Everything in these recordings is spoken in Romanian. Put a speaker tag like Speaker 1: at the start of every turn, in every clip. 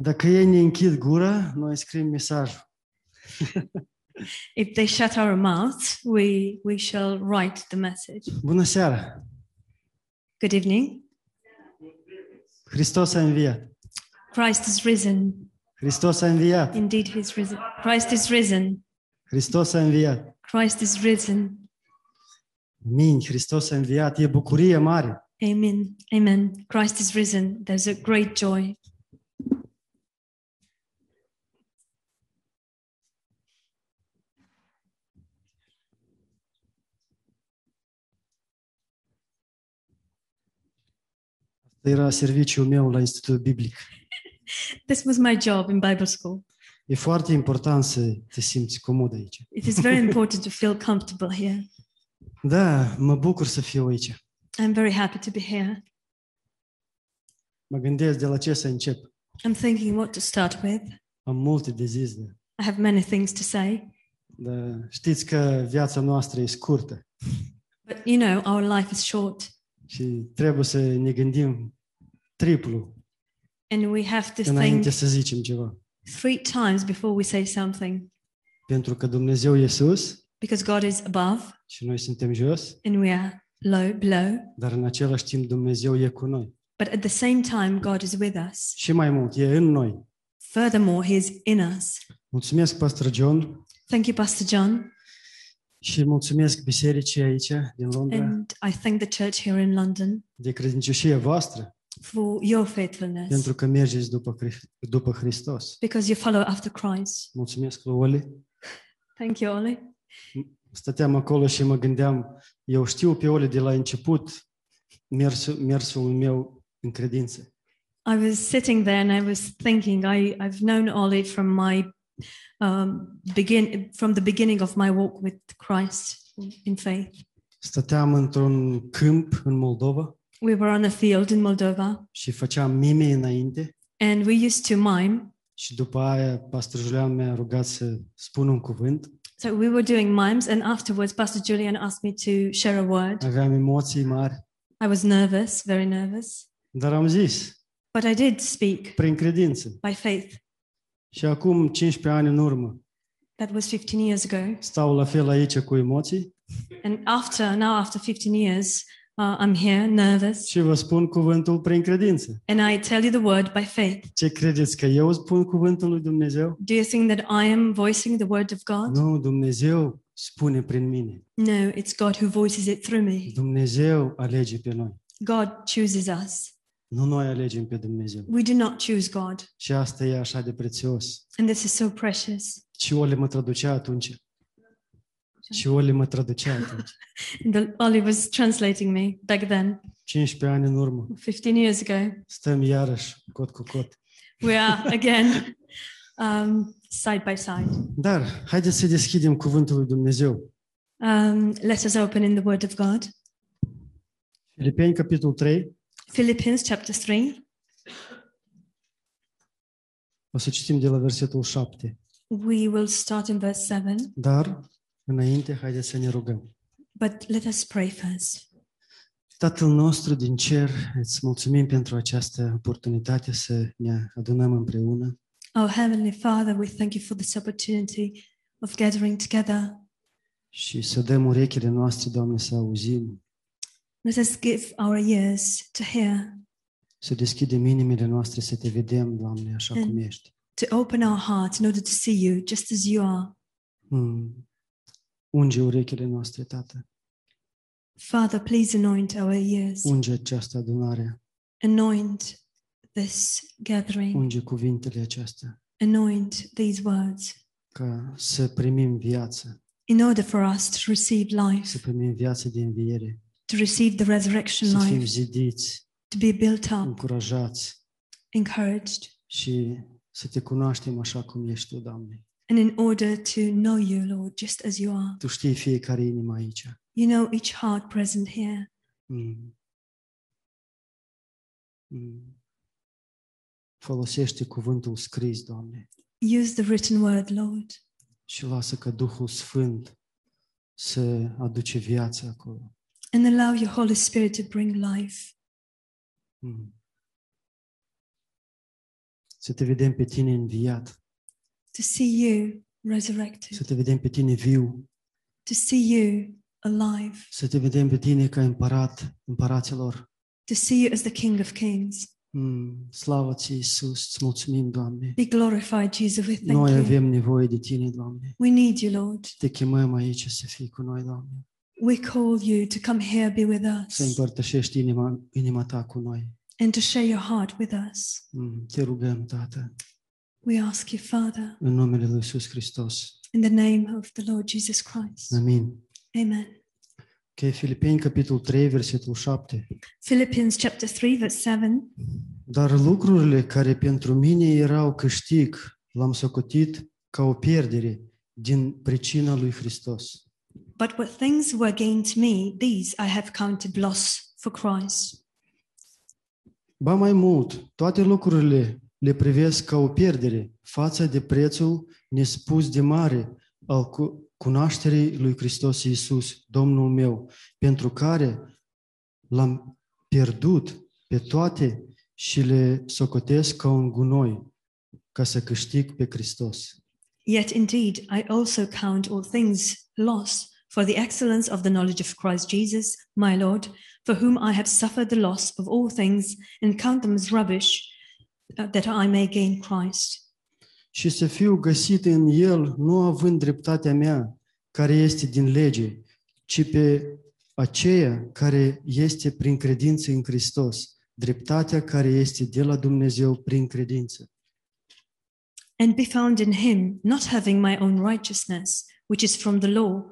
Speaker 1: Dacă ei ne închid gura, noi scriem mesajul.
Speaker 2: If they shut our mouths, we, we shall write the message.
Speaker 1: Bună seara!
Speaker 2: Good evening.
Speaker 1: Hristos a înviat!
Speaker 2: Christ is risen.
Speaker 1: Hristos a înviat!
Speaker 2: Indeed, he's risen. Christ is risen.
Speaker 1: Hristos a înviat!
Speaker 2: Christ is risen.
Speaker 1: Amin! Hristos a înviat! E bucurie mare!
Speaker 2: Amen. Amen. Christ is risen. There's a great joy.
Speaker 1: Era serviciul meu la Institutul Biblic.
Speaker 2: This was my job in Bible school.
Speaker 1: E foarte important să te simți comod aici.
Speaker 2: It is very important to feel comfortable here.
Speaker 1: Da, mă bucur să fiu aici.
Speaker 2: I'm very happy to be here.
Speaker 1: Mă gândesc de la ce să încep.
Speaker 2: I'm thinking what to start with.
Speaker 1: Am multe de zis, da.
Speaker 2: I have many things to say,
Speaker 1: Dar știți că viața noastră e scurtă
Speaker 2: but you know, our life is short
Speaker 1: și trebuie să ne gândim triplu
Speaker 2: and we have to think
Speaker 1: înainte să zicem ceva.
Speaker 2: three times before we say something
Speaker 1: Pentru că Dumnezeu e sus
Speaker 2: because God is above
Speaker 1: și noi suntem jos,
Speaker 2: and we are low below,
Speaker 1: dar în același timp Dumnezeu e cu noi.
Speaker 2: but at the same time, God is with us.
Speaker 1: Și mai mult, e în noi.
Speaker 2: Furthermore, He is in us.
Speaker 1: Mulțumesc, Pastor John,
Speaker 2: Thank you, Pastor John.
Speaker 1: și mulțumesc bisericii aici, din Londra,
Speaker 2: And I thank the church here in London
Speaker 1: de credincioșia voastră,
Speaker 2: for your faithfulness
Speaker 1: pentru că mergeți după, Hri- după Hristos.
Speaker 2: because you follow after Christ.
Speaker 1: Mulțumesc lui Oli.
Speaker 2: Thank you, Ollie.
Speaker 1: Stăteam acolo și mă gândeam, eu știu pe Oli de la început mersul, mersul meu în credință.
Speaker 2: I was sitting there and I was thinking, I, I've known Ollie from my um, begin from the beginning of my walk with Christ in faith.
Speaker 1: Stăteam într-un câmp în Moldova
Speaker 2: We were on a field in Moldova
Speaker 1: și făceam mime înainte
Speaker 2: and we used to mime.
Speaker 1: și după aia pastor Julian mi-a rugat să spun un cuvânt.
Speaker 2: So we were doing mimes, and afterwards, Pastor Julian asked me to share a word.
Speaker 1: Aveam emoții mari,
Speaker 2: I was nervous, very nervous,
Speaker 1: dar am zis,
Speaker 2: but I did speak
Speaker 1: prin credință.
Speaker 2: by faith.
Speaker 1: Și acum, 15 ani în urmă,
Speaker 2: That was 15 years ago.
Speaker 1: stau la fel aici cu emoții
Speaker 2: And after, now after 15 years, uh, I'm here, nervous,
Speaker 1: și vă spun cuvântul prin credință.
Speaker 2: and I tell you the word by faith.
Speaker 1: Ce credeți, că eu spun cuvântul lui Dumnezeu?
Speaker 2: Do you think that I am voicing the word of God?
Speaker 1: Nu, Dumnezeu spune prin mine.
Speaker 2: No, it's God who voices it through me.
Speaker 1: Dumnezeu alege pe noi.
Speaker 2: God chooses us.
Speaker 1: Nu noi alegem pe Dumnezeu.
Speaker 2: We do not choose God.
Speaker 1: Și asta e așa de prețios.
Speaker 2: And this is so precious.
Speaker 1: Și Ole mă traducea atunci. Și Ole mă traducea atunci.
Speaker 2: The, Ollie was translating me back then,
Speaker 1: 15 ani în urmă.
Speaker 2: 15 years ago.
Speaker 1: Stăm iarăși cot cu cot.
Speaker 2: We are again um, side by side.
Speaker 1: Dar haideți să deschidem cuvântul lui Dumnezeu.
Speaker 2: Um, let us open in the word of God.
Speaker 1: Filipeni, capitolul 3,
Speaker 2: Philippians chapter 3.
Speaker 1: o să citim de la versetul 7.
Speaker 2: We will start in verse 7,
Speaker 1: Dar, înainte, haideți să ne rugăm.
Speaker 2: but let us pray first.
Speaker 1: Tatăl nostru din cer, îți mulțumim pentru această oportunitate să ne adunăm împreună.
Speaker 2: Our Heavenly Father, we thank you for this opportunity of gathering together.
Speaker 1: Și să dăm urechile noastre, Doamne, să auzim,
Speaker 2: Let us give our ears to hear,
Speaker 1: să deschidem inimile noastre, să te vedem, Doamne, așa
Speaker 2: Amin.
Speaker 1: cum ești.
Speaker 2: to open our heart in order to see you just as you are.
Speaker 1: Mm. Unge urechile noastre, Tată.
Speaker 2: Father, please anoint our ears,
Speaker 1: Unge această adunare,
Speaker 2: anoint this gathering,
Speaker 1: unge cuvintele acestea,
Speaker 2: anoint these words
Speaker 1: ca să primim viață,
Speaker 2: in order for us to receive life,
Speaker 1: să primim viață de înviere,
Speaker 2: to receive the resurrection
Speaker 1: să fim
Speaker 2: life,
Speaker 1: zidiți,
Speaker 2: to be built
Speaker 1: Mm.
Speaker 2: up,
Speaker 1: încurajați
Speaker 2: encouraged,
Speaker 1: și să te cunoaștem așa cum ești Tu, Doamne.
Speaker 2: and in order to know you, Lord, just as you are.
Speaker 1: Tu știi fiecare inimă aici.
Speaker 2: You know each heart present here.
Speaker 1: Mm. Mm. Folosește cuvântul scris, Doamne.
Speaker 2: Use the written word, Lord,
Speaker 1: și lasă ca Duhul Sfânt să aduce viață acolo.
Speaker 2: and allow your Holy Spirit to bring life.
Speaker 1: Mm. să te vedem pe tine înviat,
Speaker 2: to see you
Speaker 1: să
Speaker 2: resurrected,
Speaker 1: te vedem pe tine viu,
Speaker 2: to see you alive,
Speaker 1: să te vedem pe tine ca împărat, împăraților.
Speaker 2: to see you as the King of Kings.
Speaker 1: Mm, slavă ți Iisus, îți mulțumim, Doamne.
Speaker 2: Be glorified, Jesus. We thank
Speaker 1: Noi
Speaker 2: you.
Speaker 1: avem nevoie de tine, Doamne.
Speaker 2: We need you, Lord.
Speaker 1: Te chemăm aici să fii cu noi, Doamne.
Speaker 2: We call you to come here, be with
Speaker 1: Să
Speaker 2: us,
Speaker 1: împărtășești inima, inima ta cu noi.
Speaker 2: and to share your heart with us.
Speaker 1: Mm, Te rugăm, Tată,
Speaker 2: We ask you, Father,
Speaker 1: în numele Lui Iisus Hristos.
Speaker 2: in the name of the Lord Jesus Christ.
Speaker 1: Amin.
Speaker 2: Amen.
Speaker 1: Ok, Filipeni, capitolul 3, versetul 7.
Speaker 2: Philippians chapter 3, verse 7.
Speaker 1: Dar lucrurile care pentru mine erau câștig, l-am socotit ca o pierdere din pricina lui Hristos.
Speaker 2: But what things were gained to me, these I have counted loss for Christ.
Speaker 1: Ba mai mult, toate lucrurile le privesc ca o pierdere față de prețul nespus de mare al cu- cunoașterii lui Hristos Iisus, Domnul meu, pentru care l-am pierdut pe toate și le socotesc ca un gunoi ca să câștig pe Hristos.
Speaker 2: Yet indeed, I also count all things loss for the excellence of the knowledge of Christ Jesus, my Lord, for whom I have suffered the loss of all things and count them as rubbish, uh, that I may gain Christ.
Speaker 1: și să fiu găsit în el, nu având dreptatea mea, care este din lege, ci pe aceea care este prin credință în Hristos, dreptatea care este de la Dumnezeu prin credință.
Speaker 2: and be found in him, not having my own righteousness, which is from the law,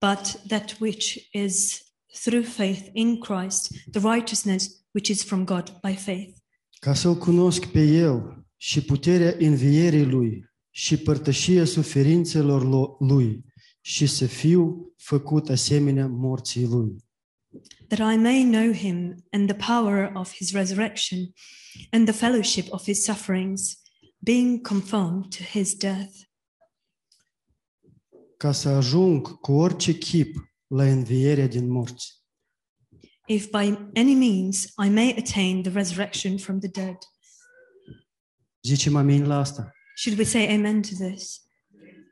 Speaker 2: but that which is through faith in Christ, the righteousness which is from God by faith,
Speaker 1: Ca să-L cunosc pe El și puterea învierii Lui și părtășia suferințelor lo- Lui și să fiu făcut asemenea morții Lui.
Speaker 2: that I may know him and the power of his resurrection, and the fellowship of his sufferings, being conformed to his death,
Speaker 1: Ca să ajung cu orice chip la învierea din morți.
Speaker 2: if by any means I may attain the resurrection from the dead.
Speaker 1: Zicem amin la asta.
Speaker 2: Should we say amen to this?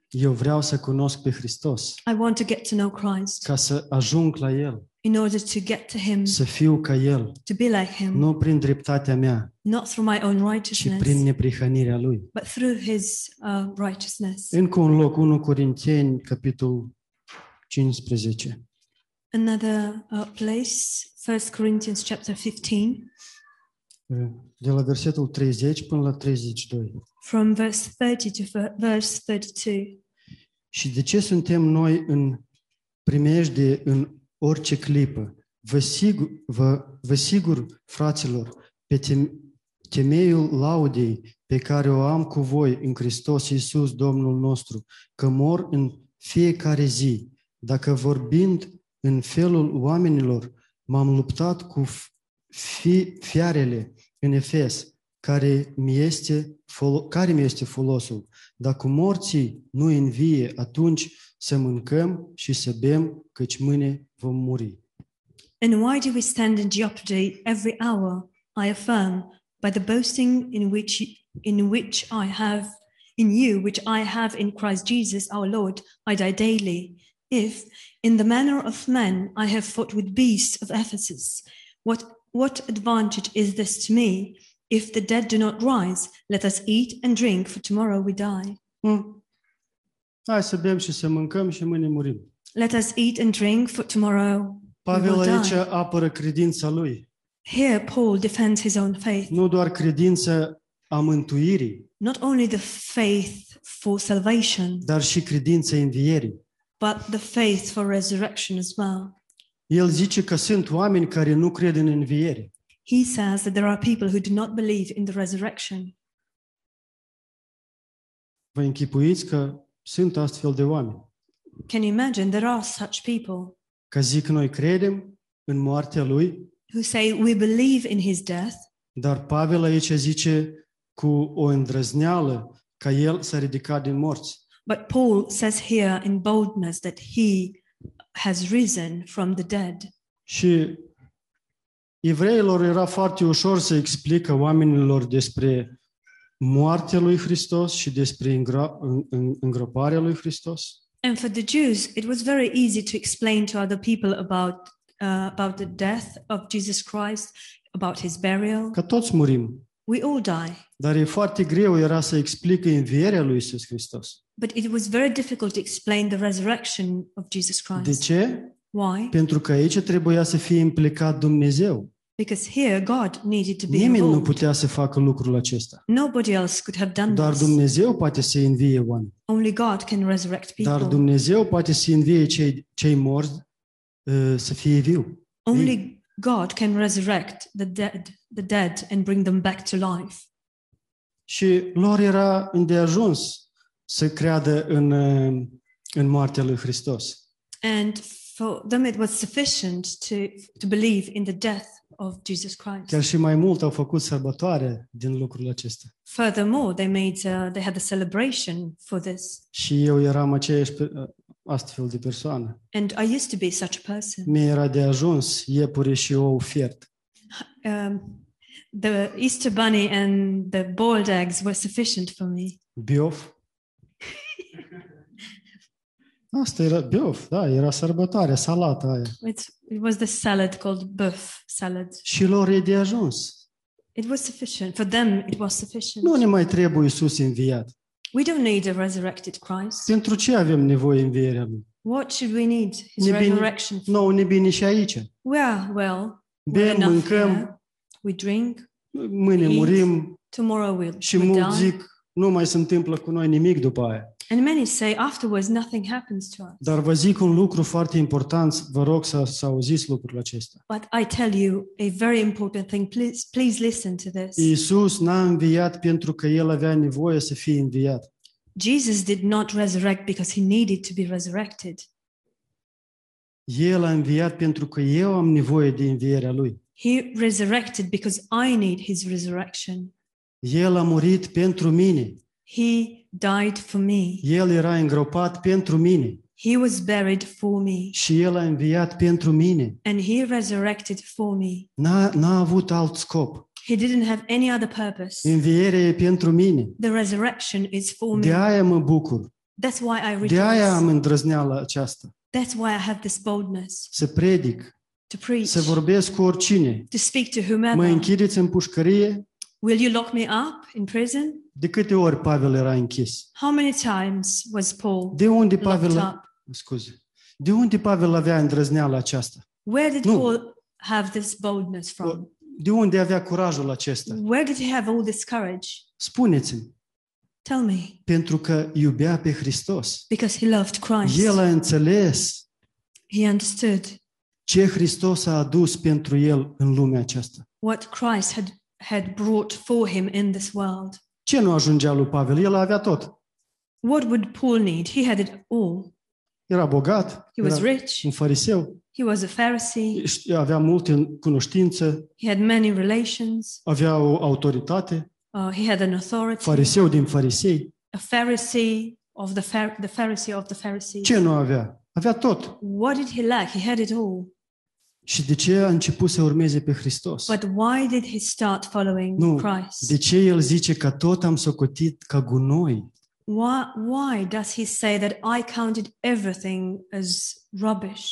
Speaker 1: Eu vreau să cunosc pe Hristos,
Speaker 2: I want to get to know Christ
Speaker 1: ca să ajung la El,
Speaker 2: in order to get to him,
Speaker 1: să fiu ca El,
Speaker 2: to be like him.
Speaker 1: nu prin dreptatea mea,
Speaker 2: not through my own
Speaker 1: ci prin
Speaker 2: righteousness,
Speaker 1: neprihănirea Lui.
Speaker 2: but through his uh, righteousness.
Speaker 1: Încă un loc, 1 Corinteni, capitolul 15.
Speaker 2: Another uh, place, 1 Corinthians chapter 15,
Speaker 1: De la versetul 30 până la 32.
Speaker 2: from verse 30 to ver- verse 32.
Speaker 1: Și de ce suntem noi în primejde în orice clipă? Vă sigur, vă, vă sigur fraților, pe tem- temeiul laudei pe care o am cu voi în Hristos Iisus, Domnul nostru, că mor în fiecare zi. Dacă vorbind în felul oamenilor, m-am luptat cu f- fi, fiarele în Efes, care mi este, folo- care mi este folosul. Dacă morții nu învie, atunci să mâncăm și să bem, căci mâine vom muri.
Speaker 2: And why do we stand in jeopardy every hour? I affirm by the boasting in which in which I have in you, which I have in Christ Jesus our Lord, I die daily. If in the manner of men I have fought with beasts of Ephesus, what what advantage is this to me? If the dead do not rise, let us eat and drink, for tomorrow we die.
Speaker 1: Hmm? Hai să bem și să mâncăm și mâine murim.
Speaker 2: Let us eat and drink, for tomorrow.
Speaker 1: Pavel
Speaker 2: Well done.
Speaker 1: aici apără credința lui.
Speaker 2: Here, Paul defends his own faith.
Speaker 1: Nu doar credința a mântuirii,
Speaker 2: not only the faith for salvation,
Speaker 1: dar și credința învierii.
Speaker 2: but the faith for resurrection as well.
Speaker 1: El zice că sunt oameni care nu cred în înviere.
Speaker 2: He says that there are people who do not believe in the resurrection.
Speaker 1: Vă închipuiți că sunt astfel de oameni.
Speaker 2: Can you imagine? There are such people
Speaker 1: Că zic noi credem în moartea lui,
Speaker 2: who say, We believe in his death,
Speaker 1: Dar Pavel aici zice cu o îndrăzneală că el s-a ridicat din morți.
Speaker 2: but Paul says here in boldness that he has risen from the dead.
Speaker 1: Și evreilor era foarte ușor să explică oamenilor despre moartea lui Hristos și despre îngra- în- în- îngroparea lui Hristos.
Speaker 2: And for the Jews, it was very easy to explain to other people about, uh, about the death of Jesus Christ, about his burial.
Speaker 1: Că toți murim,
Speaker 2: We all die.
Speaker 1: dar e foarte greu era să explică învierea lui Isus Hristos.
Speaker 2: But it was very difficult to explain the resurrection of Jesus
Speaker 1: De
Speaker 2: Christ.
Speaker 1: ce?
Speaker 2: Why?
Speaker 1: Pentru că aici trebuia să fie implicat Dumnezeu.
Speaker 2: Because here God needed to be
Speaker 1: Nimeni nu
Speaker 2: involved.
Speaker 1: putea să facă lucrul acesta.
Speaker 2: Nobody else could have done
Speaker 1: Dar
Speaker 2: this.
Speaker 1: Dumnezeu poate să învie oameni.
Speaker 2: Only God can resurrect
Speaker 1: Dar
Speaker 2: people.
Speaker 1: Dumnezeu poate să învie cei, cei morți uh, să fie viu.
Speaker 2: Only God can resurrect the dead, the dead and bring them back to life.
Speaker 1: Și lor era îndeajuns să creadă în, uh, în moartea lui Hristos.
Speaker 2: And for them it was sufficient to, to believe in the death of Jesus Christ.
Speaker 1: Chiar și mai mult au făcut sărbătoare din lucrul acesta.
Speaker 2: Furthermore, they made uh, they had a celebration for this.
Speaker 1: Și eu eram aceeași pe- ă, astfel de persoană.
Speaker 2: And I used to be such a person.
Speaker 1: Mie era de ajuns iepure și ou fiert.
Speaker 2: Um, the Easter bunny and the boiled eggs were sufficient for me.
Speaker 1: Biof. Asta era biof, da, era sărbătoare, salata aia.
Speaker 2: It, it was the salad called buff salad.
Speaker 1: Și lor e de ajuns.
Speaker 2: It was sufficient. For them, it was sufficient.
Speaker 1: Nu ne mai trebuie Iisus înviat.
Speaker 2: We don't need a resurrected Christ.
Speaker 1: Pentru ce avem nevoie învierea Lui?
Speaker 2: What should we need? His
Speaker 1: Ne bine-
Speaker 2: resurrection.
Speaker 1: Nouă ne bine și aici.
Speaker 2: We are well. We're
Speaker 1: Bem,
Speaker 2: enough
Speaker 1: mâncăm,
Speaker 2: here. We drink.
Speaker 1: mâine murim
Speaker 2: Tomorrow we'll,
Speaker 1: și
Speaker 2: we'll
Speaker 1: mulți
Speaker 2: die.
Speaker 1: zic nu mai se întâmplă cu noi nimic după aia.
Speaker 2: And many say afterwards nothing happens to us.
Speaker 1: Dar vă zic un lucru foarte important, vă rog să, să auziți lucrul acesta.
Speaker 2: But I tell you a very important thing. Please, please listen to this.
Speaker 1: Iisus n-a înviat pentru că El avea nevoie să fie înviat.
Speaker 2: Jesus did not resurrect because he needed to be resurrected.
Speaker 1: El a înviat pentru că eu am nevoie de învierea Lui.
Speaker 2: He resurrected because I need his resurrection.
Speaker 1: El a murit pentru mine.
Speaker 2: He died for me.
Speaker 1: El era îngropat pentru mine.
Speaker 2: He was buried for me.
Speaker 1: Și El a înviat pentru mine.
Speaker 2: And he resurrected for me.
Speaker 1: N-a, n-a avut alt scop.
Speaker 2: He didn't have any other purpose.
Speaker 1: Învierea e pentru mine.
Speaker 2: The resurrection is for me.
Speaker 1: De aia mă bucur.
Speaker 2: That's why I
Speaker 1: De aia am
Speaker 2: rejoice.
Speaker 1: îndrăzneala aceasta.
Speaker 2: That's why I have this boldness
Speaker 1: Să predic,
Speaker 2: to preach,
Speaker 1: să vorbesc cu oricine.
Speaker 2: to speak to
Speaker 1: Mă
Speaker 2: whomever.
Speaker 1: închideți în pușcărie,
Speaker 2: Will you lock me up in prison?
Speaker 1: De câte ori Pavel era închis?
Speaker 2: How many times was Paul
Speaker 1: De unde
Speaker 2: locked
Speaker 1: Pavel,
Speaker 2: up?
Speaker 1: scuze, de unde Pavel avea îndrăzneala aceasta?
Speaker 2: Where did
Speaker 1: Nu.
Speaker 2: Paul have this boldness from?
Speaker 1: De unde avea curajul acesta?
Speaker 2: Where did he have all this courage?
Speaker 1: Spuneți-mi,
Speaker 2: Tell me.
Speaker 1: pentru că iubea pe Hristos.
Speaker 2: Because he loved Christ.
Speaker 1: El a înțeles
Speaker 2: He understood
Speaker 1: ce Hristos a adus pentru el în lumea aceasta.
Speaker 2: what Christ had, had brought for him in this world.
Speaker 1: Ce nu ajungea lui Pavel? El avea tot.
Speaker 2: What would Paul need? He had it all.
Speaker 1: Era bogat,
Speaker 2: He was
Speaker 1: era
Speaker 2: rich.
Speaker 1: un fariseu,
Speaker 2: He was a Pharisee.
Speaker 1: avea multe cunoștințe,
Speaker 2: He had many relations.
Speaker 1: avea o autoritate,
Speaker 2: Uh, he had an authority.
Speaker 1: fariseu din farisei.
Speaker 2: A Pharisee of the, Phar- the Pharisee of the Pharisees.
Speaker 1: Ce nu avea? Avea tot.
Speaker 2: What did he lack? He had it all.
Speaker 1: Și de ce a început să urmeze pe Hristos?
Speaker 2: But why did he start following
Speaker 1: Nu,
Speaker 2: Christ?
Speaker 1: De ce el zice că tot am socotit ca gunoi?
Speaker 2: Why, why does he say that I counted everything as rubbish?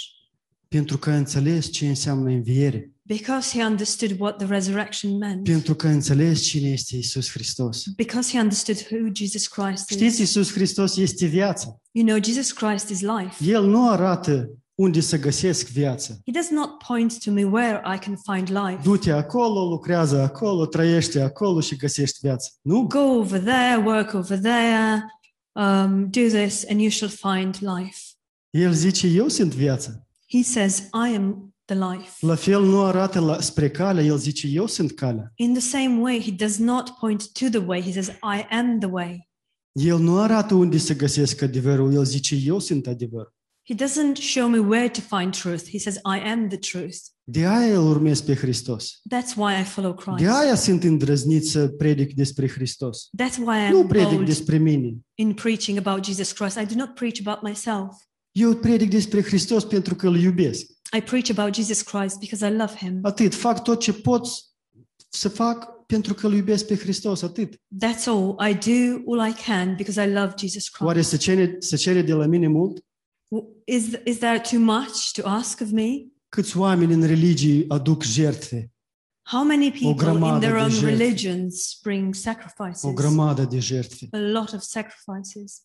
Speaker 1: Pentru că a înțeles ce înseamnă înviere.
Speaker 2: Because he understood what the resurrection meant.
Speaker 1: Pentru că a înțeles cine este Isus Hristos.
Speaker 2: Because he understood who Jesus Christ is.
Speaker 1: Știți, Isus Hristos este viața.
Speaker 2: You know, Jesus Christ is life.
Speaker 1: El nu arată unde să găsesc viața.
Speaker 2: He does not point to me where I can find life.
Speaker 1: Du-te acolo, lucrează acolo, trăiește acolo și găsești viața. Nu?
Speaker 2: Go over there, work over there, um, do this, and you shall find life.
Speaker 1: El zice, eu sunt viața.
Speaker 2: He says, I am the life.
Speaker 1: La fel nu arată la, spre cale, el zice, eu sunt calea.
Speaker 2: In the same way, he does not point to the way. He says, I am the way.
Speaker 1: El nu arată unde să găsesc adevărul, el zice, eu sunt adevărul.
Speaker 2: He doesn't show me where to find truth. He says, I am the truth.
Speaker 1: De aia îl urmez pe Hristos.
Speaker 2: That's why I follow Christ.
Speaker 1: De aia sunt îndrăznit să predic despre Hristos.
Speaker 2: That's why I
Speaker 1: Nu
Speaker 2: am
Speaker 1: predic
Speaker 2: bold
Speaker 1: despre mine.
Speaker 2: in preaching about Jesus Christ. I do not preach about myself.
Speaker 1: Eu predic despre Hristos pentru că îl iubesc.
Speaker 2: I preach about Jesus Christ because I love him.
Speaker 1: Atât. Fac tot ce pot să fac pentru că îl iubesc pe Hristos, atât.
Speaker 2: That's all. I do all I can because I love Jesus
Speaker 1: Oare
Speaker 2: Christ.
Speaker 1: se cere, se cere de la mine mult?
Speaker 2: W- Is, is that too much to ask of me?
Speaker 1: Câți oameni în religii aduc jertfe?
Speaker 2: How many people
Speaker 1: grămadă
Speaker 2: in their
Speaker 1: de
Speaker 2: own
Speaker 1: jertfe.
Speaker 2: religions bring
Speaker 1: O
Speaker 2: sacrifices?
Speaker 1: grămadă de jertfe.
Speaker 2: A lot of sacrifices.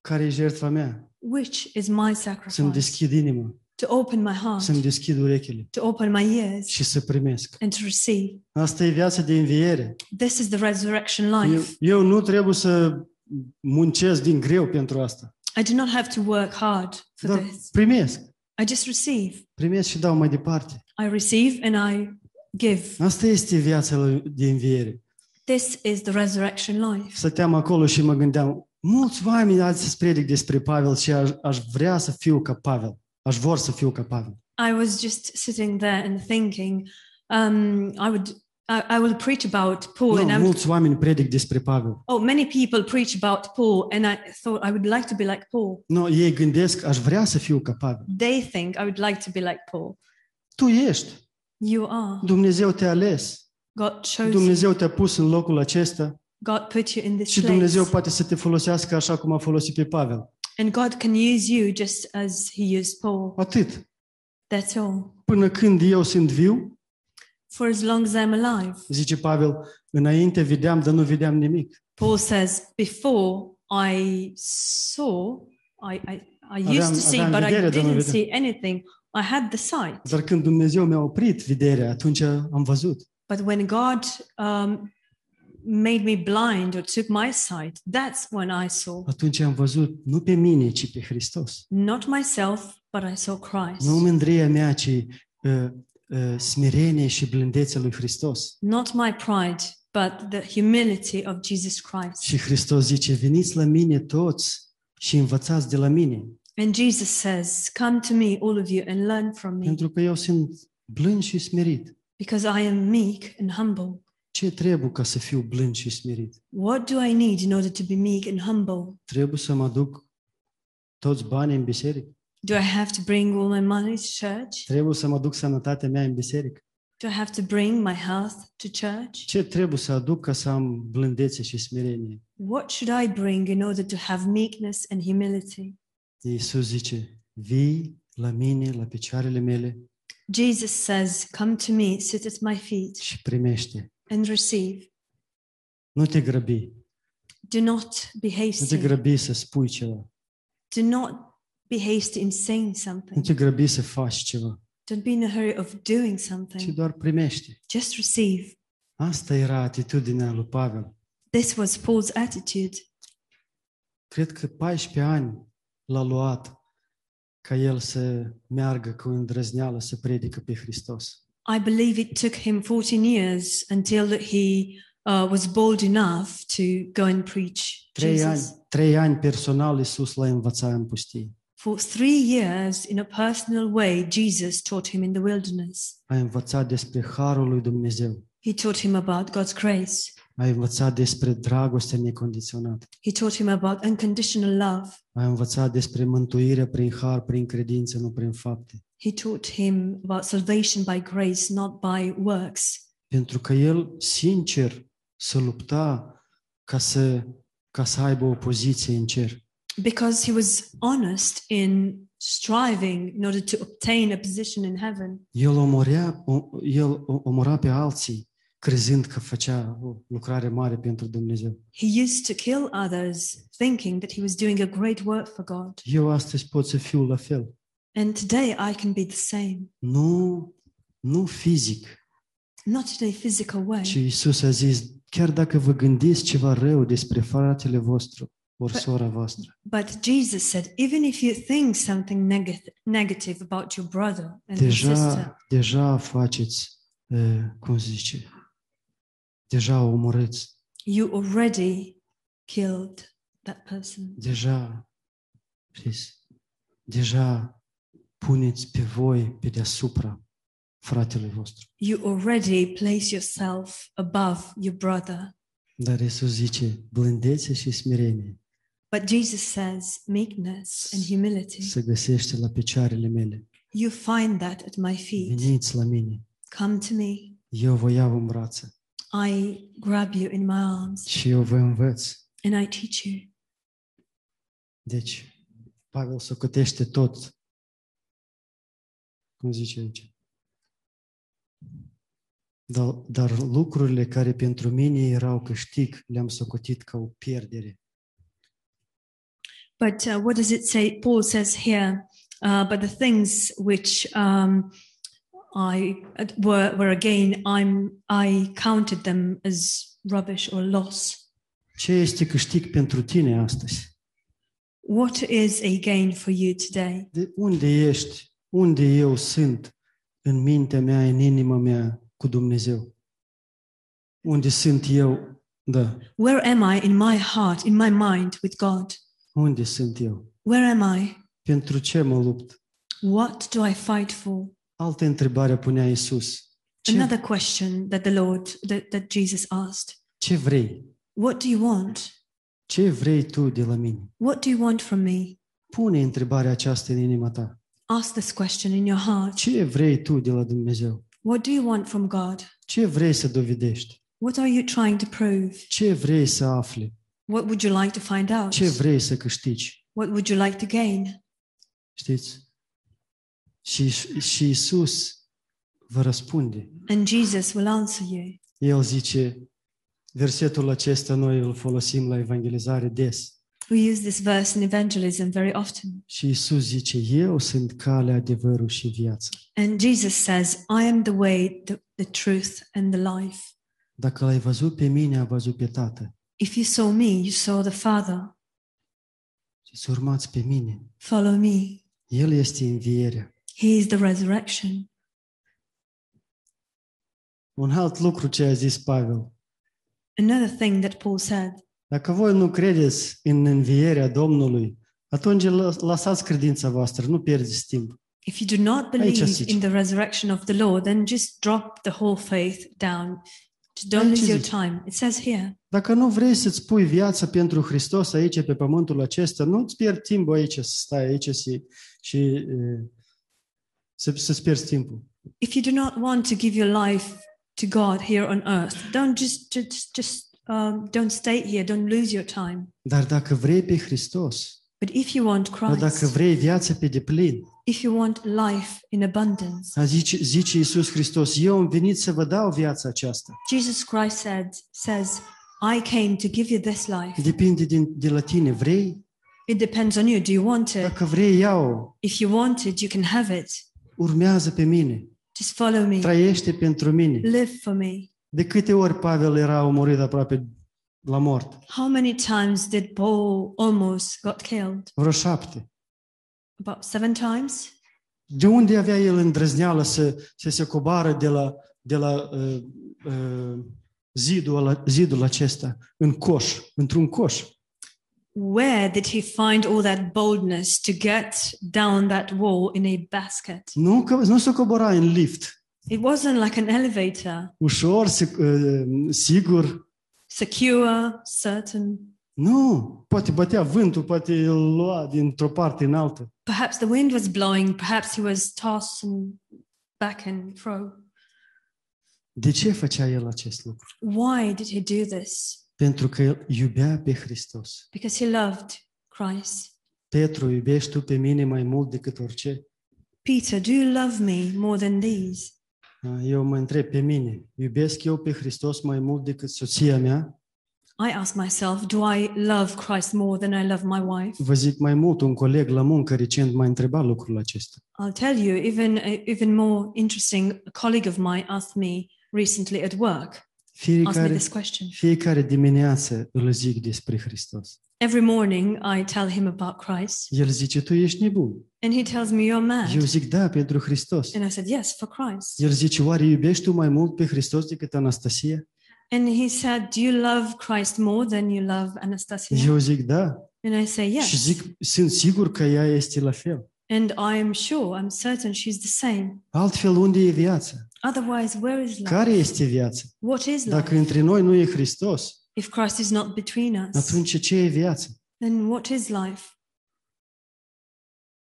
Speaker 1: Care e jertfa mea?
Speaker 2: Which is my
Speaker 1: Să-mi
Speaker 2: sacrifice?
Speaker 1: deschid inima,
Speaker 2: To open my heart,
Speaker 1: să-mi deschid urechile
Speaker 2: to open my ears,
Speaker 1: și să primesc.
Speaker 2: and to receive.
Speaker 1: Asta e viața de înviere.
Speaker 2: This is the resurrection
Speaker 1: Eu,
Speaker 2: life.
Speaker 1: eu nu trebuie să muncesc din greu pentru asta.
Speaker 2: I do not have to work hard for
Speaker 1: Dar
Speaker 2: this.
Speaker 1: primesc.
Speaker 2: I just receive.
Speaker 1: Primesc și dau mai departe.
Speaker 2: I receive and I give.
Speaker 1: Asta este viața lui- de înviere.
Speaker 2: This is the resurrection life.
Speaker 1: Stăteam acolo și mă gândeam, mulți oameni azi îți predic despre Pavel și aș, aș vrea să fiu ca Pavel. Aș vor să fiu ca Pavel.
Speaker 2: I was just sitting there and thinking, um, I would, I, I will preach about Paul, and
Speaker 1: Nu,
Speaker 2: I'm,
Speaker 1: mulți oameni predic despre Pavel.
Speaker 2: oh, many people preach about Paul, and I thought I would like to be like Paul.
Speaker 1: Nu, ei gândesc, aș vrea să fiu ca Pavel.
Speaker 2: They think I would like to be like Paul.
Speaker 1: Tu ești.
Speaker 2: You are.
Speaker 1: Dumnezeu te-a ales.
Speaker 2: God chose. you.
Speaker 1: Dumnezeu te-a pus în locul acesta
Speaker 2: God put you in this
Speaker 1: și Dumnezeu
Speaker 2: place,
Speaker 1: poate să te folosească așa cum a folosit pe Pavel.
Speaker 2: and God can use you just as He used Paul.
Speaker 1: Atât.
Speaker 2: That's all.
Speaker 1: Până când eu sunt viu,
Speaker 2: For as long as I'm alive,
Speaker 1: zice Pavel, înainte vedeam, dar nu vedeam nimic.
Speaker 2: Paul says, before I saw, I, I, I used
Speaker 1: Aveam-
Speaker 2: to see,
Speaker 1: aveam
Speaker 2: but I
Speaker 1: vedere,
Speaker 2: didn't
Speaker 1: domnule.
Speaker 2: see anything. I had the sight.
Speaker 1: Dar când Dumnezeu mi-a oprit vederea, atunci am văzut.
Speaker 2: But when God um, made me blind or took my sight, that's when I saw.
Speaker 1: Atunci am văzut nu pe mine, ci pe Hristos.
Speaker 2: Not myself, but I saw Christ.
Speaker 1: Nu mândria mea, ci uh, uh, smerenie și blândețea lui Hristos.
Speaker 2: Not my pride, but the humility of Jesus Christ.
Speaker 1: Și Hristos zice, veniți la mine toți și învățați de la mine,
Speaker 2: And Jesus says, Come to me, all of you, and learn from me,
Speaker 1: pentru că eu sunt blând și smerit.
Speaker 2: because I am meek and humble.
Speaker 1: Ce trebuie ca să fiu blând și smerit?
Speaker 2: What do I need in order to be meek and humble?
Speaker 1: Trebuie să mă aduc toți banii în biserică?
Speaker 2: Do I have to bring all my money to church?
Speaker 1: Trebuie să mă aduc sănătatea mea în biserică?
Speaker 2: Do I have to bring my health to church?
Speaker 1: Ce trebuie să aduc ca să am blândețe și smerenie?
Speaker 2: What should I bring in order to have meekness and humility?
Speaker 1: Iisus zice, vii la mine, la picioarele mele
Speaker 2: Jesus says, Come to me, sit at my feet,
Speaker 1: și primește.
Speaker 2: and receive.
Speaker 1: Nu te grăbi.
Speaker 2: Do not be
Speaker 1: Nu te
Speaker 2: hasty.
Speaker 1: grăbi să spui ceva.
Speaker 2: Do not be hasty in saying
Speaker 1: Nu
Speaker 2: something.
Speaker 1: te grăbi să faci ceva,
Speaker 2: Don't be in a hurry of doing
Speaker 1: ci
Speaker 2: something.
Speaker 1: doar primește.
Speaker 2: Just receive.
Speaker 1: Asta era atitudinea lui Pavel.
Speaker 2: This was Paul's attitude.
Speaker 1: Cred că 14 ani l-a luat ca el să meargă cu îndrăzneală să predică pe Hristos.
Speaker 2: I believe it took him 14 years until he uh, was bold enough to go and preach
Speaker 1: Trei ani,
Speaker 2: Jesus.
Speaker 1: trei ani personal Iisus l-a învățat în pustie.
Speaker 2: For three years, in a personal way, Jesus taught him in the wilderness.
Speaker 1: A învățat despre harul lui Dumnezeu.
Speaker 2: He taught him about God's grace.
Speaker 1: Ai învățat despre dragostea necondiționată.
Speaker 2: He taught him about unconditional love.
Speaker 1: Ai învățat despre mântuirea prin har, prin credință, nu prin fapte.
Speaker 2: He taught him about salvation by grace, not by works.
Speaker 1: Pentru că el, sincer, să lupta ca să, ca să aibă o poziție în cer.
Speaker 2: Because he was honest in striving in order to obtain a position in heaven.
Speaker 1: El omorea, o, el o- omora pe alții, crezând că făcea o lucrare mare pentru Dumnezeu.
Speaker 2: He used to kill others, thinking that he was doing a great work for God.
Speaker 1: Eu astăzi pot să fiu la fel.
Speaker 2: And today I can be the same,
Speaker 1: Nu, nu fizic,
Speaker 2: not in a physical way.
Speaker 1: ci Iisus a zis, chiar dacă vă gândiți ceva rău despre fratele vostru, ori sora voastră,
Speaker 2: But Jesus said, even if you think something neg- negative about your brother and your sister,
Speaker 1: deja, deja faceți, eh, cum se zice, deja omorâți,
Speaker 2: you already killed that person.
Speaker 1: deja, știți, deja puneți pe voi pe deasupra fratele vostru.
Speaker 2: You already place yourself above your brother.
Speaker 1: Dar Iisus zice, blândețe și smerenie
Speaker 2: But Jesus says, meekness and humility,
Speaker 1: se găsește la picioarele mele.
Speaker 2: you find that at my feet.
Speaker 1: Veniți la mine,
Speaker 2: Come to me.
Speaker 1: eu vă iau în brațe.
Speaker 2: I grab you in my arms
Speaker 1: și eu vă învăț.
Speaker 2: and I teach you.
Speaker 1: Deci, Pavel socotește tot. Cum zice aici? Dar, dar lucrurile care pentru mine erau câștig, le-am socotit ca o pierdere.
Speaker 2: But uh, what does it say? Paul says here, uh, but the things which um, I uh, were, were again, I'm, I counted them as rubbish or loss.
Speaker 1: Ce este câștig pentru tine astăzi?
Speaker 2: What is a gain for you today?
Speaker 1: De unde ești? Unde eu sunt în mintea mea, în inima mea cu Dumnezeu? Unde sunt eu? Da.
Speaker 2: Where am I in my heart, in my mind with God?
Speaker 1: Unde sunt eu?
Speaker 2: Where am I?
Speaker 1: Pentru ce mă lupt?
Speaker 2: What do I fight for?
Speaker 1: Altă întrebare punea Isus. Ce,
Speaker 2: Another question that the Lord, that, that Jesus asked
Speaker 1: ce vrei?
Speaker 2: What do you want?
Speaker 1: Ce vrei tu de la mine?
Speaker 2: What do you want from me?
Speaker 1: Pune întrebarea aceasta în inima ta.
Speaker 2: Ask this question in your heart.
Speaker 1: Ce vrei tu de la Dumnezeu?
Speaker 2: What do you want from God?
Speaker 1: Ce vrei să dovedești?
Speaker 2: What are you trying to prove?
Speaker 1: Ce vrei să afli?
Speaker 2: What would you like to find out?
Speaker 1: Ce vrei să câștigi?
Speaker 2: What would you like to gain?
Speaker 1: Știți? Și, și Isus vă răspunde.
Speaker 2: And Jesus will answer you.
Speaker 1: El zice, versetul acesta noi îl folosim la evangelizare des.
Speaker 2: We use this verse in evangelism very often.
Speaker 1: Și Isus zice, eu sunt calea, adevărul și viața.
Speaker 2: And Jesus says, I am the way, the, the truth, and the life.
Speaker 1: Dacă l-ai văzut pe mine, ai văzut pe Tată.
Speaker 2: If you saw me, you saw the Father.
Speaker 1: Și să urmați pe mine.
Speaker 2: Follow me.
Speaker 1: El este învierea.
Speaker 2: He is the resurrection.
Speaker 1: Un alt lucru ce a zis Pavel.
Speaker 2: Another thing that Paul said
Speaker 1: Dacă voi nu credeți în învierea Domnului, atunci lă- lăsați credința voastră, nu pierdeți timp.
Speaker 2: if you do not
Speaker 1: just-
Speaker 2: believe in the resurrection of the Lord, then just drop the whole faith down. Just
Speaker 1: Aici
Speaker 2: don't lose your
Speaker 1: zice.
Speaker 2: time. It says here,
Speaker 1: Dacă nu vrei să-ți pui viața pentru Hristos aici, pe pământul acesta, nu-ți pierzi timpul aici să stai aici și, și e, să, să-ți pierzi timpul.
Speaker 2: if you do not want to give your life to God here on earth, don't just just just um, don't stay here. Don't lose your time.
Speaker 1: Dar dacă vrei pe Hristos,
Speaker 2: But if you want
Speaker 1: dar dacă
Speaker 2: Christ,
Speaker 1: vrei viața pe deplin,
Speaker 2: if you want life in abundance,
Speaker 1: a zice, zice Iisus Hristos, eu am venit să vă dau viața aceasta.
Speaker 2: Jesus Christ said says, "I came to give you this life.
Speaker 1: Depinde din, de la tine. Vrei?
Speaker 2: It depends on you. Do you want it?
Speaker 1: Dacă vrei, iau
Speaker 2: If you want it, you can have it.
Speaker 1: Urmează pe mine.
Speaker 2: Just follow me.
Speaker 1: Trăiește pentru mine.
Speaker 2: Live for me."
Speaker 1: De câte ori Pavel era omorât aproape la mort?
Speaker 2: How many times did Paul almost got killed?
Speaker 1: Vreo șapte.
Speaker 2: About seven times.
Speaker 1: De unde avea el îndrăzneală să, să se coboară de la, de la uh, uh, zidul, ăla- zidul acesta în coș, într-un coș?
Speaker 2: Where did he find all that boldness to get down that wall in a basket?
Speaker 1: Nu, că, nu se cobora în lift.
Speaker 2: It wasn't like an elevator,
Speaker 1: Ușor, se- uh, sigur.
Speaker 2: secure, certain.
Speaker 1: Nu, poate bătea vântul, poate îl lua dintr-o parte în altă.
Speaker 2: Perhaps the wind was blowing, perhaps he was tossed and back and fro.
Speaker 1: De ce făcea el acest lucru?
Speaker 2: Why did he do this?
Speaker 1: Pentru că el iubea pe Hristos.
Speaker 2: Because he loved Christ.
Speaker 1: Petru, iubești tu pe mine mai mult decât orice?
Speaker 2: Peter, do you love me more than these?
Speaker 1: Ah, Eu mă întreb pe mine, iubesc eu pe Hristos mai mult decât soția mea?
Speaker 2: I ask myself, do I love Christ more than I love my wife?
Speaker 1: Vă zic mai mult, un coleg la muncă recent m-a întrebat lucrul acesta.
Speaker 2: I'll tell you, even uh, even more interesting, a colleague of mine asked me recently at work, asked me
Speaker 1: Fiecare,
Speaker 2: this question.
Speaker 1: fiecare dimineață îl zic despre Hristos.
Speaker 2: Every morning I tell him about Christ,
Speaker 1: El zice, tu ești nebun.
Speaker 2: and he tells me, You're
Speaker 1: Eu
Speaker 2: mad.
Speaker 1: zic, da, pentru Hristos.
Speaker 2: And I said, Yes, for Christ.
Speaker 1: El zice, oare iubești tu mai mult pe Hristos decât Anastasia?
Speaker 2: And he said, Do you love Christ more than you love Anastasia?
Speaker 1: Eu zic, da.
Speaker 2: And I say,
Speaker 1: Și
Speaker 2: Yes.
Speaker 1: zic, sunt sigur că ea este la fel.
Speaker 2: And I am sure, I'm certain she's the same.
Speaker 1: Altfel, unde e viața?
Speaker 2: Otherwise, where is love?
Speaker 1: Care este viața?
Speaker 2: What is
Speaker 1: Dacă
Speaker 2: love?
Speaker 1: între noi nu e Hristos,
Speaker 2: If Christ is not between us,
Speaker 1: atunci ce e viața?
Speaker 2: then what is life?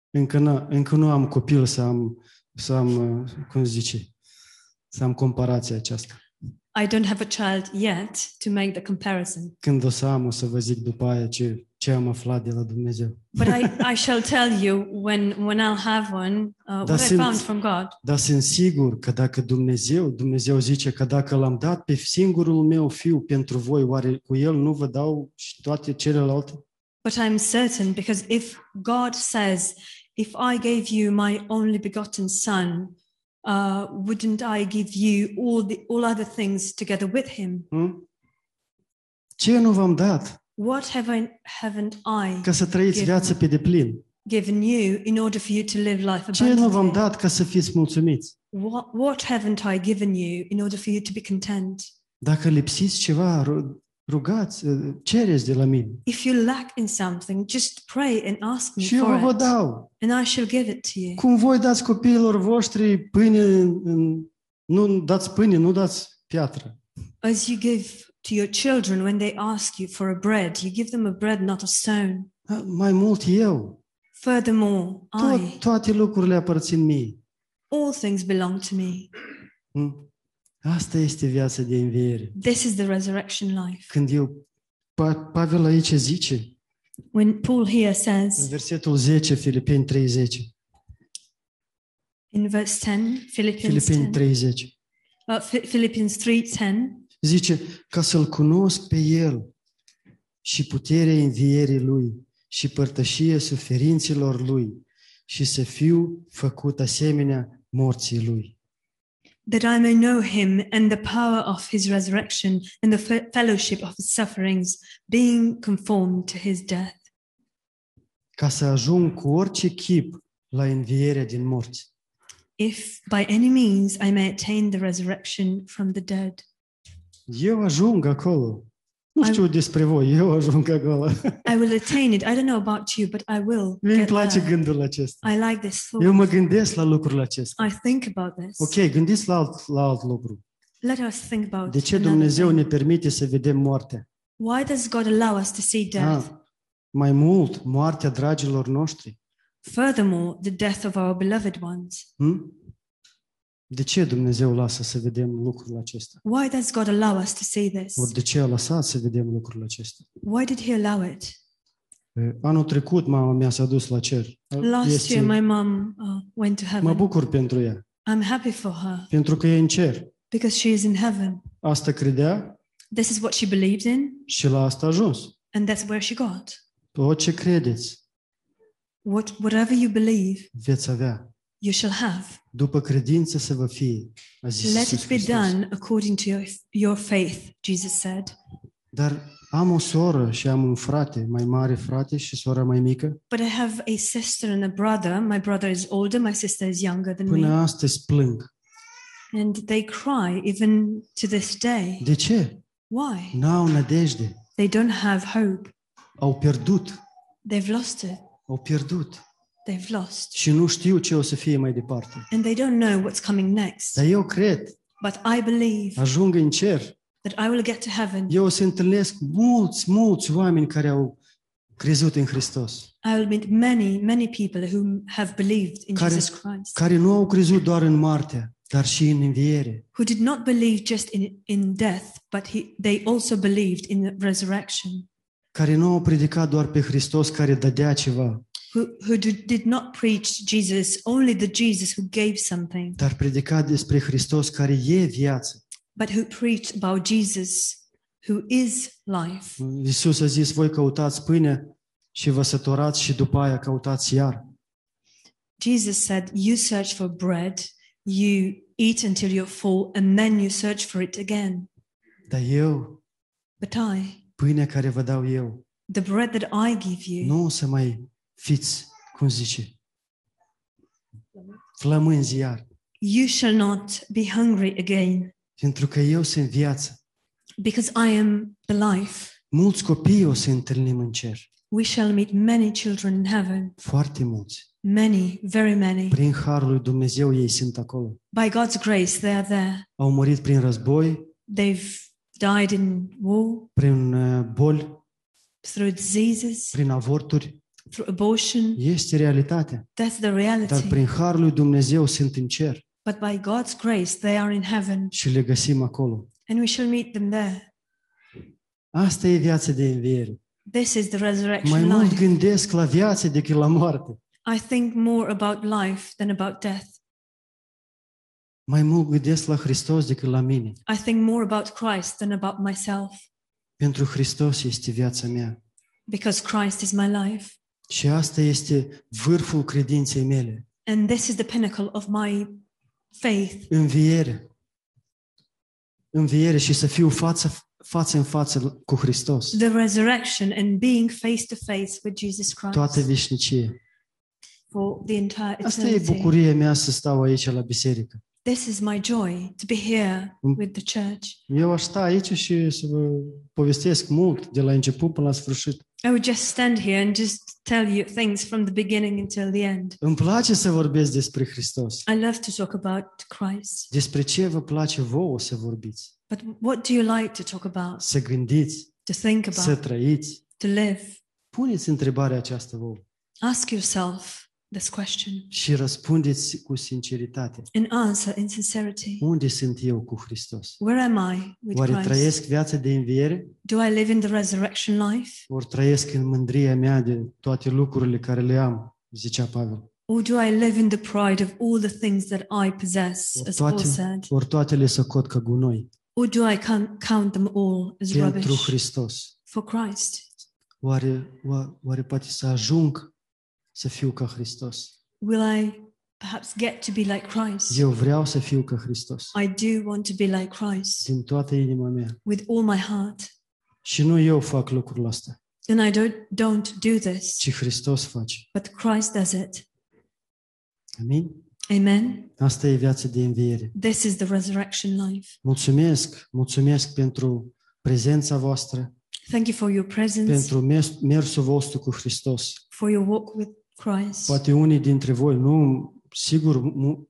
Speaker 1: Încă nu, încă nu am copil să am, să am, uh, cum se zice, să am comparația aceasta.
Speaker 2: I don't have a child yet to make the comparison,
Speaker 1: Când o să am, o să vă zic după aia ce, ce am aflat de la Dumnezeu.
Speaker 2: but I, I shall tell you when, when I'll have one uh, what I
Speaker 1: Doesn't-
Speaker 2: found from God.
Speaker 1: Dar sunt sigur că dacă Dumnezeu, Dumnezeu zice că dacă l-am dat pe singurul meu fiu pentru voi, oare cu el nu vă dau și toate celelalte?
Speaker 2: But I'm certain because if God says, if I gave you my only begotten son, uh, wouldn't I give you all the all other things together with him?
Speaker 1: Hm? Ce nu v-am dat?
Speaker 2: What have I haven't I
Speaker 1: Ca să trăiți viață pe deplin.
Speaker 2: given you in order for you to live life
Speaker 1: Ce nu v-am
Speaker 2: abundantly?
Speaker 1: dat ca să fiți mulțumiți?
Speaker 2: What, what haven't I given you in order for you to be content?
Speaker 1: Dacă lipsiți ceva, ru- rugați, eh, cereți de la mine.
Speaker 2: If you lack in something, just pray and ask me
Speaker 1: Și eu
Speaker 2: for
Speaker 1: vă vă
Speaker 2: it,
Speaker 1: dau.
Speaker 2: and I shall give it to you.
Speaker 1: Cum voi dați copiilor voștri pâine, în- în- nu dați pâine, nu dați piatră.
Speaker 2: As you give to your children when they ask you for a bread, you give them a bread, not a stone.
Speaker 1: Da, Mai mult eu.
Speaker 2: Furthermore, I,
Speaker 1: Tot, toate lucrurile aparțin mie.
Speaker 2: all things belong to me.
Speaker 1: Mm? Asta este viața de înviere.
Speaker 2: This is the resurrection life.
Speaker 1: Când eu, Pa- Pavel aici zice,
Speaker 2: When Paul here
Speaker 1: în
Speaker 2: says
Speaker 1: versetul 10, Filipeni 30,
Speaker 2: in verse 10, Philippians,
Speaker 1: Filipeni
Speaker 2: 10,
Speaker 1: 30,
Speaker 2: uh, Phi- Philippians 3.10,
Speaker 1: Zice, ca să-L cunosc pe El și puterea învierii Lui și părtășie suferinților Lui și să fiu făcut asemenea morții Lui.
Speaker 2: that I may know him and the power of his resurrection and the fe- fellowship of his sufferings, being conformed to his death,
Speaker 1: Ca să ajung cu orice chip la învierea din morți.
Speaker 2: if by any means I may attain the resurrection from the dead.
Speaker 1: Eu ajung acolo. Nu
Speaker 2: Ai-
Speaker 1: știu despre voi, eu ajung acolo.
Speaker 2: I will attain it. I don't know about you, but I will.
Speaker 1: Mie îmi
Speaker 2: get
Speaker 1: place
Speaker 2: there.
Speaker 1: gândul acesta.
Speaker 2: I like this thought.
Speaker 1: Eu mă gândesc la lucrul acesta.
Speaker 2: I think about this.
Speaker 1: Ok, gândiți la alt, la alt lucru.
Speaker 2: Let us think about
Speaker 1: De ce
Speaker 2: another
Speaker 1: Dumnezeu
Speaker 2: thing.
Speaker 1: ne permite să vedem moartea?
Speaker 2: Why does God allow us to see death?
Speaker 1: Ah, mai mult, moartea dragilor noștri.
Speaker 2: Furthermore, the death of our beloved ones.
Speaker 1: Hm? De ce Dumnezeu lasă să vedem lucrul acesta?
Speaker 2: Why does God allow us to see this?
Speaker 1: Ori de ce a lăsat să vedem lucrul acesta?
Speaker 2: Why did He allow it?
Speaker 1: E, Anul trecut mama mea s-a dus la cer.
Speaker 2: Last year, my mom uh, went to
Speaker 1: mă
Speaker 2: heaven.
Speaker 1: bucur pentru ea,
Speaker 2: I'm happy for her
Speaker 1: pentru că e în cer.
Speaker 2: because she is in heaven.
Speaker 1: Asta credea
Speaker 2: This is what she believed in,
Speaker 1: și la asta a ajuns.
Speaker 2: and that's where she got.
Speaker 1: Tot ce credeți,
Speaker 2: What, whatever you believe,
Speaker 1: veți avea.
Speaker 2: you shall have.
Speaker 1: După credință să vă fie, a zis
Speaker 2: Let
Speaker 1: Iisus
Speaker 2: it be
Speaker 1: Hristos.
Speaker 2: done according to your, your faith, Jesus said.
Speaker 1: Dar am o soră și am un frate, mai mare frate și sora mai mică.
Speaker 2: But I have a sister and a brother. My brother is older, my sister is younger than
Speaker 1: Până
Speaker 2: me.
Speaker 1: astăzi plâng.
Speaker 2: And they cry even to this day.
Speaker 1: De ce?
Speaker 2: Why?
Speaker 1: N-au nădejde.
Speaker 2: They don't have hope.
Speaker 1: Au pierdut.
Speaker 2: They've lost it.
Speaker 1: Au pierdut.
Speaker 2: They've lost.
Speaker 1: Și nu știu ce o să fie mai departe.
Speaker 2: And they don't know what's coming next.
Speaker 1: Dar eu cred,
Speaker 2: But I believe
Speaker 1: ajung în cer.
Speaker 2: that I will get to heaven.
Speaker 1: Eu o să întâlnesc mulți, mulți oameni care au crezut în Hristos.
Speaker 2: I will meet many, many people who have believed in
Speaker 1: Care-
Speaker 2: Jesus Christ,
Speaker 1: Care nu au crezut doar în moarte, dar și în înviere.
Speaker 2: who did not believe just in, in death, but he, they also believed in the resurrection,
Speaker 1: Care nu au predicat doar pe Hristos care dădea ceva,
Speaker 2: who, who did, did not preach Jesus, only the Jesus who gave something.
Speaker 1: dar predicat despre Hristos care e viață.
Speaker 2: but who preached about Jesus, who is life.
Speaker 1: Iisus a zis, voi căutați pâine și vă sătorați și după aia căutați iar.
Speaker 2: Jesus said, You search for bread, you eat until you're full, and then you search for it again.
Speaker 1: Dar eu,
Speaker 2: But I,
Speaker 1: pâinea care vă dau eu,
Speaker 2: the bread that I give you,
Speaker 1: nu o să mai fiți, cum zice, flămânzi iar,
Speaker 2: you shall not be hungry again,
Speaker 1: pentru că eu sunt viață.
Speaker 2: because I am the life.
Speaker 1: Mulți copii o să întâlnim în cer,
Speaker 2: We shall meet many children in heaven,
Speaker 1: foarte mulți.
Speaker 2: many, very many.
Speaker 1: Prin harul lui Dumnezeu ei sunt acolo.
Speaker 2: By God's grace, they are there.
Speaker 1: Au murit prin război,
Speaker 2: They've died in war,
Speaker 1: prin uh, boli,
Speaker 2: through diseases,
Speaker 1: prin avorturi.
Speaker 2: through abortion.
Speaker 1: Este realitatea.
Speaker 2: That's the reality.
Speaker 1: Dar prin harul lui Dumnezeu sunt în cer
Speaker 2: But by God's grace, they are in heaven
Speaker 1: și le găsim acolo.
Speaker 2: and we shall meet them there.
Speaker 1: Asta e viața de înviere.
Speaker 2: This is the
Speaker 1: Mai
Speaker 2: resurrection
Speaker 1: mult
Speaker 2: life.
Speaker 1: gândesc la viață decât la moarte.
Speaker 2: I think more about life than about death.
Speaker 1: Mai mult gândesc la Hristos decât la mine.
Speaker 2: I think more about Christ than about myself,
Speaker 1: Pentru Hristos este viața mea.
Speaker 2: because Christ is my life.
Speaker 1: Și asta este vârful credinței mele.
Speaker 2: And this is the pinnacle of my faith
Speaker 1: Înviere. Înviere și să fiu față, față în față cu Hristos.
Speaker 2: the resurrection and being face to face with Jesus
Speaker 1: Toată
Speaker 2: Christ
Speaker 1: veșnicie.
Speaker 2: for the entire
Speaker 1: Asta e
Speaker 2: eternity.
Speaker 1: bucuria mea să stau aici la biserică.
Speaker 2: This is my joy to be here
Speaker 1: Mm.
Speaker 2: with the church.
Speaker 1: Eu aș sta aici și să vă povestesc mult de la început până la sfârșit.
Speaker 2: I would just stand here and just tell you things from the beginning until the end.
Speaker 1: Îmi place să vorbesc despre Hristos.
Speaker 2: I love to talk about Christ,
Speaker 1: Despre ce vă place vouă să vorbiți,
Speaker 2: but what do you like to talk about,
Speaker 1: să gândiți,
Speaker 2: to think
Speaker 1: să
Speaker 2: about,
Speaker 1: trăiți?
Speaker 2: to live?
Speaker 1: Puneți întrebarea aceasta vouă
Speaker 2: Ask yourself this question
Speaker 1: și răspundeți cu sinceritate.
Speaker 2: and answer in sincerity.
Speaker 1: Unde sunt eu cu Hristos?
Speaker 2: Where am I with
Speaker 1: Oare
Speaker 2: Christ?
Speaker 1: trăiesc viața de înviere?
Speaker 2: Do I live in the resurrection life
Speaker 1: Ori trăiesc în mândria mea de toate lucrurile care le am, zicea Pavel.
Speaker 2: or do I live in the pride of all the things that I possess, as Paul
Speaker 1: Toate,
Speaker 2: said?
Speaker 1: ori toate le socot ca gunoi.
Speaker 2: Or do I count, count them all as
Speaker 1: Pentru
Speaker 2: rubbish
Speaker 1: Hristos.
Speaker 2: for Christ?
Speaker 1: Oare, o- oare poate să ajung să fiu ca Hristos?
Speaker 2: Will I perhaps get to be like Christ?
Speaker 1: Eu vreau să fiu ca Hristos.
Speaker 2: I do want to be like Christ
Speaker 1: Din toată inima mea.
Speaker 2: with all my heart.
Speaker 1: Și nu eu fac lucrul ăsta,
Speaker 2: And I don't, don't do this,
Speaker 1: ci Hristos face.
Speaker 2: but Christ does it.
Speaker 1: Amin?
Speaker 2: Amen.
Speaker 1: Asta e viața de înviere.
Speaker 2: This is the resurrection life.
Speaker 1: Mulțumesc, mulțumesc pentru prezența voastră,
Speaker 2: Thank you for your presence,
Speaker 1: pentru mes- mersul vostru cu Hristos.
Speaker 2: for your walk with Christ.
Speaker 1: Poate unii dintre voi, nu, sigur, mu-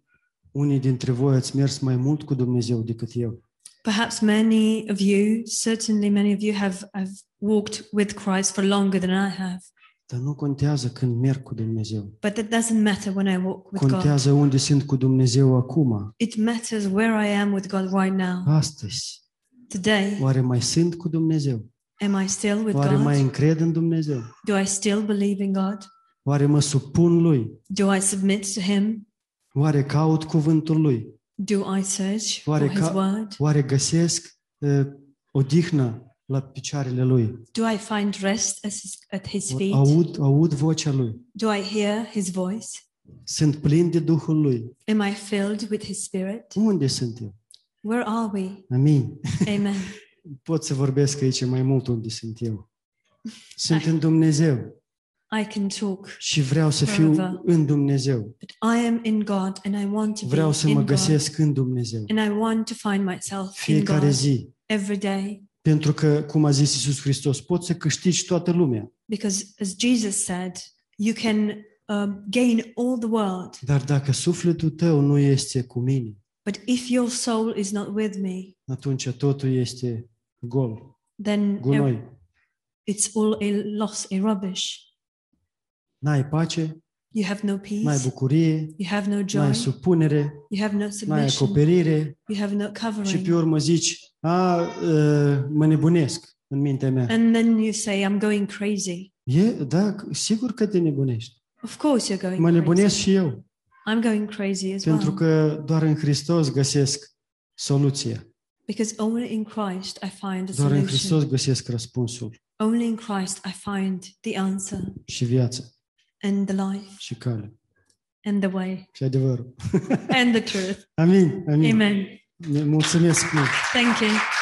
Speaker 1: unii dintre voi ați mers mai mult cu Dumnezeu decât eu.
Speaker 2: Perhaps many of you, certainly many of you, have, have walked with Christ for longer than I have.
Speaker 1: Dar nu contează când merg cu Dumnezeu.
Speaker 2: But that doesn't matter when I walk with God.
Speaker 1: Contează unde sunt cu Dumnezeu acum,
Speaker 2: It matters where I am with God right now.
Speaker 1: astăzi.
Speaker 2: Today,
Speaker 1: Oare mai sunt cu Dumnezeu?
Speaker 2: am I still with
Speaker 1: Oare mai
Speaker 2: God?
Speaker 1: încred în Dumnezeu?
Speaker 2: Do I still believe in God?
Speaker 1: Oare mă supun Lui?
Speaker 2: Do I submit to Him?
Speaker 1: Oare caut cuvântul Lui?
Speaker 2: Do I search for
Speaker 1: Oare
Speaker 2: His
Speaker 1: ca-
Speaker 2: word?
Speaker 1: Oare găsesc uh, odihnă la picioarele lui?
Speaker 2: Do I find rest at His, at his feet?
Speaker 1: Aud, aud vocea lui.
Speaker 2: Do I hear His voice?
Speaker 1: Sunt plin de Duhul lui.
Speaker 2: Am I filled with His Spirit?
Speaker 1: Unde sunt eu?
Speaker 2: Where are we?
Speaker 1: Amin.
Speaker 2: Amen.
Speaker 1: Pot să vorbesc aici mai mult unde sunt eu. Sunt în Dumnezeu
Speaker 2: I can talk,
Speaker 1: și vreau să fiu
Speaker 2: Forever.
Speaker 1: în Dumnezeu.
Speaker 2: but I am in God and I want to be
Speaker 1: Vreau să mă
Speaker 2: in God.
Speaker 1: găsesc în Dumnezeu.
Speaker 2: And I want to find myself in
Speaker 1: Fiecare
Speaker 2: God
Speaker 1: zi.
Speaker 2: every day.
Speaker 1: Pentru că, cum a zis Iisus Hristos, poți să câștigi toată lumea,
Speaker 2: Because as Jesus said, you can um, gain all the world,
Speaker 1: dar dacă sufletul tău nu este cu mine,
Speaker 2: but if your soul is not with me,
Speaker 1: atunci totul este gol,
Speaker 2: then ev-
Speaker 1: gunoi.
Speaker 2: it's all a loss, a rubbish.
Speaker 1: N-ai pace,
Speaker 2: You have no
Speaker 1: n-ai
Speaker 2: peace,
Speaker 1: bucurie,
Speaker 2: you have no
Speaker 1: n-ai
Speaker 2: joy,
Speaker 1: supunere,
Speaker 2: you have no
Speaker 1: n-ai
Speaker 2: submission,
Speaker 1: acoperire
Speaker 2: you have no
Speaker 1: și pe
Speaker 2: covering.
Speaker 1: urmă zici, a, ă, mă nebunesc în mintea mea.
Speaker 2: And then you say, I'm going crazy.
Speaker 1: E, da, sigur că te nebunești.
Speaker 2: Of course, you're going
Speaker 1: Mă nebunesc
Speaker 2: crazy.
Speaker 1: și eu,
Speaker 2: I'm going crazy as
Speaker 1: pentru
Speaker 2: well.
Speaker 1: că doar în Hristos găsesc soluția.
Speaker 2: Because only in Christ I find a
Speaker 1: Doar în
Speaker 2: solution.
Speaker 1: Hristos găsesc răspunsul
Speaker 2: Only in Christ I find the answer
Speaker 1: și viața
Speaker 2: and the life
Speaker 1: și calea
Speaker 2: and the way
Speaker 1: și adevărul.
Speaker 2: and the truth.
Speaker 1: Amin, amin.
Speaker 2: Amen.
Speaker 1: Ne Mulțumesc mult.
Speaker 2: Thank you.